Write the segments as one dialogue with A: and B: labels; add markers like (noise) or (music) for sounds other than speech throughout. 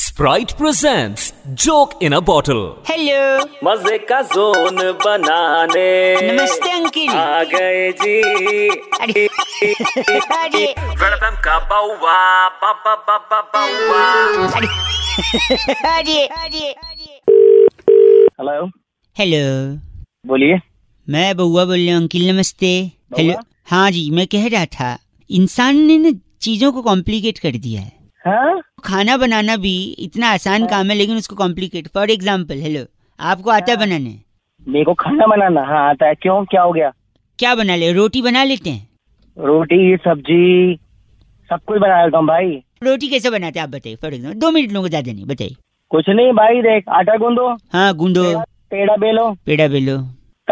A: Sprite presents Joke in a Bottle.
B: Hello
C: मजे का zone बनाने
B: नमस्ते अंकिल
C: आ गए जी
B: अरे अरे
C: वेलकम का बाउवा बाबा बाबा बाउवा
B: अरे अरे
D: हेलो
B: हेलो
D: बोलिए
B: मैं बउआ बोल रही हूँ अंकिल नमस्ते हेलो
D: बउआ?
B: हाँ जी मैं कह रहा था इंसान ने ना चीजों को कॉम्प्लिकेट कर दिया है
D: हाँ
B: खाना बनाना भी इतना आसान काम है लेकिन उसको कॉम्प्लिकेट फॉर एग्जाम्पल हेलो आपको आता बनाने
D: मेरे को खाना बनाना हाँ आता है क्यों क्या हो गया
B: क्या बना ले रोटी बना लेते हैं
D: रोटी सब्जी सब कुछ बना लेता हूँ भाई
B: रोटी कैसे बनाते हैं आप बताइए फॉर एग्जाम्पल दो मिनट लोगों को ज्यादा नहीं बताइए
D: कुछ नहीं भाई देख आटा गूंदो
B: हाँ गूंदो
D: पेड़ा बेलो
B: पेड़ा बेलो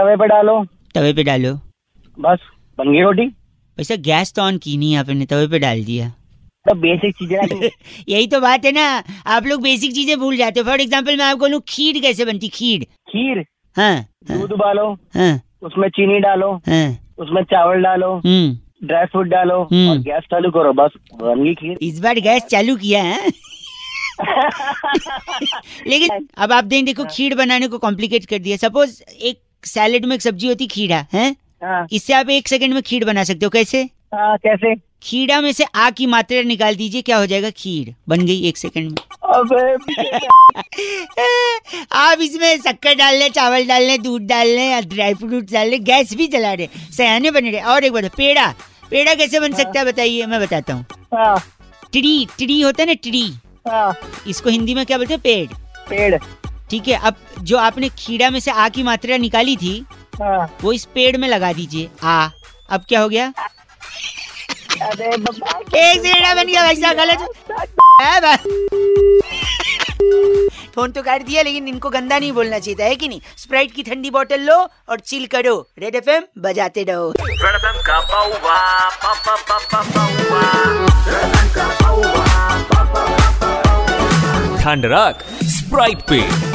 D: तवे पे डालो
B: तवे पे डालो
D: बस बन गई रोटी
B: वैसे गैस तो ऑन की नहीं आपने तवे पे डाल दिया
D: सब बेसिक चीजें हैं।
B: (laughs) यही तो बात है ना आप लोग बेसिक चीजें भूल जाते हो फॉर एग्जाम्पल मैं आपको बोलूँ खीर कैसे बनती खीर
D: खीर
B: हाँ हाँ
D: दूध उबालो
B: हाँ
D: उसमें चीनी डालो
B: हाँ
D: उसमें चावल डालो
B: हम्म
D: ड्राई फ्रूट डालो
B: हम्म।
D: और गैस चालू करो बस बन गई खीर
B: इस बार गैस चालू किया है (laughs) लेकिन अब आप दें देखो खीर बनाने को कॉम्प्लिकेट कर दिया सपोज एक सैलेड में एक सब्जी होती खीरा है
D: हाँ
B: इससे आप एक सेकंड में खीर बना सकते हो कैसे
D: हाँ कैसे
B: खीरा में से आ की मात्रा निकाल दीजिए क्या हो जाएगा खीर बन गई एक सेकंड में
D: अबे
B: (laughs) आप इसमें शक्कर डाल लें चावल डाल लें दूध डाल लें ड्राई फ्रूट डाल लें गैस भी जला रहे सयाने बने रहे और एक बात पेड़ा पेड़ा कैसे बन सकता है बताइए मैं बताता हूँ
D: (laughs) हाँ
B: ट्री ट्री होता है ना ट्री
D: हाँ
B: इसको हिंदी में क्या बोलते हैं पेड़
D: पेड़
B: ठीक है अब जो आपने खीरा में से आ की मात्रा निकाली थी
D: हाँ
B: वो इस पेड़ में लगा दीजिए आ अब क्या हो गया
D: अरे बाबा
B: एक सेकंड बन गया भाई साहब गलत है भाई। फोन तो काट दिया लेकिन इनको गंदा नहीं बोलना चाहिए था, है कि नहीं स्प्राइट की ठंडी बोतल लो और चिल करो रेड एफएम बजाते रहो
C: वेलकम का बाउवा बाबा बाबा बाउवा
A: ठंड रख स्प्राइट पे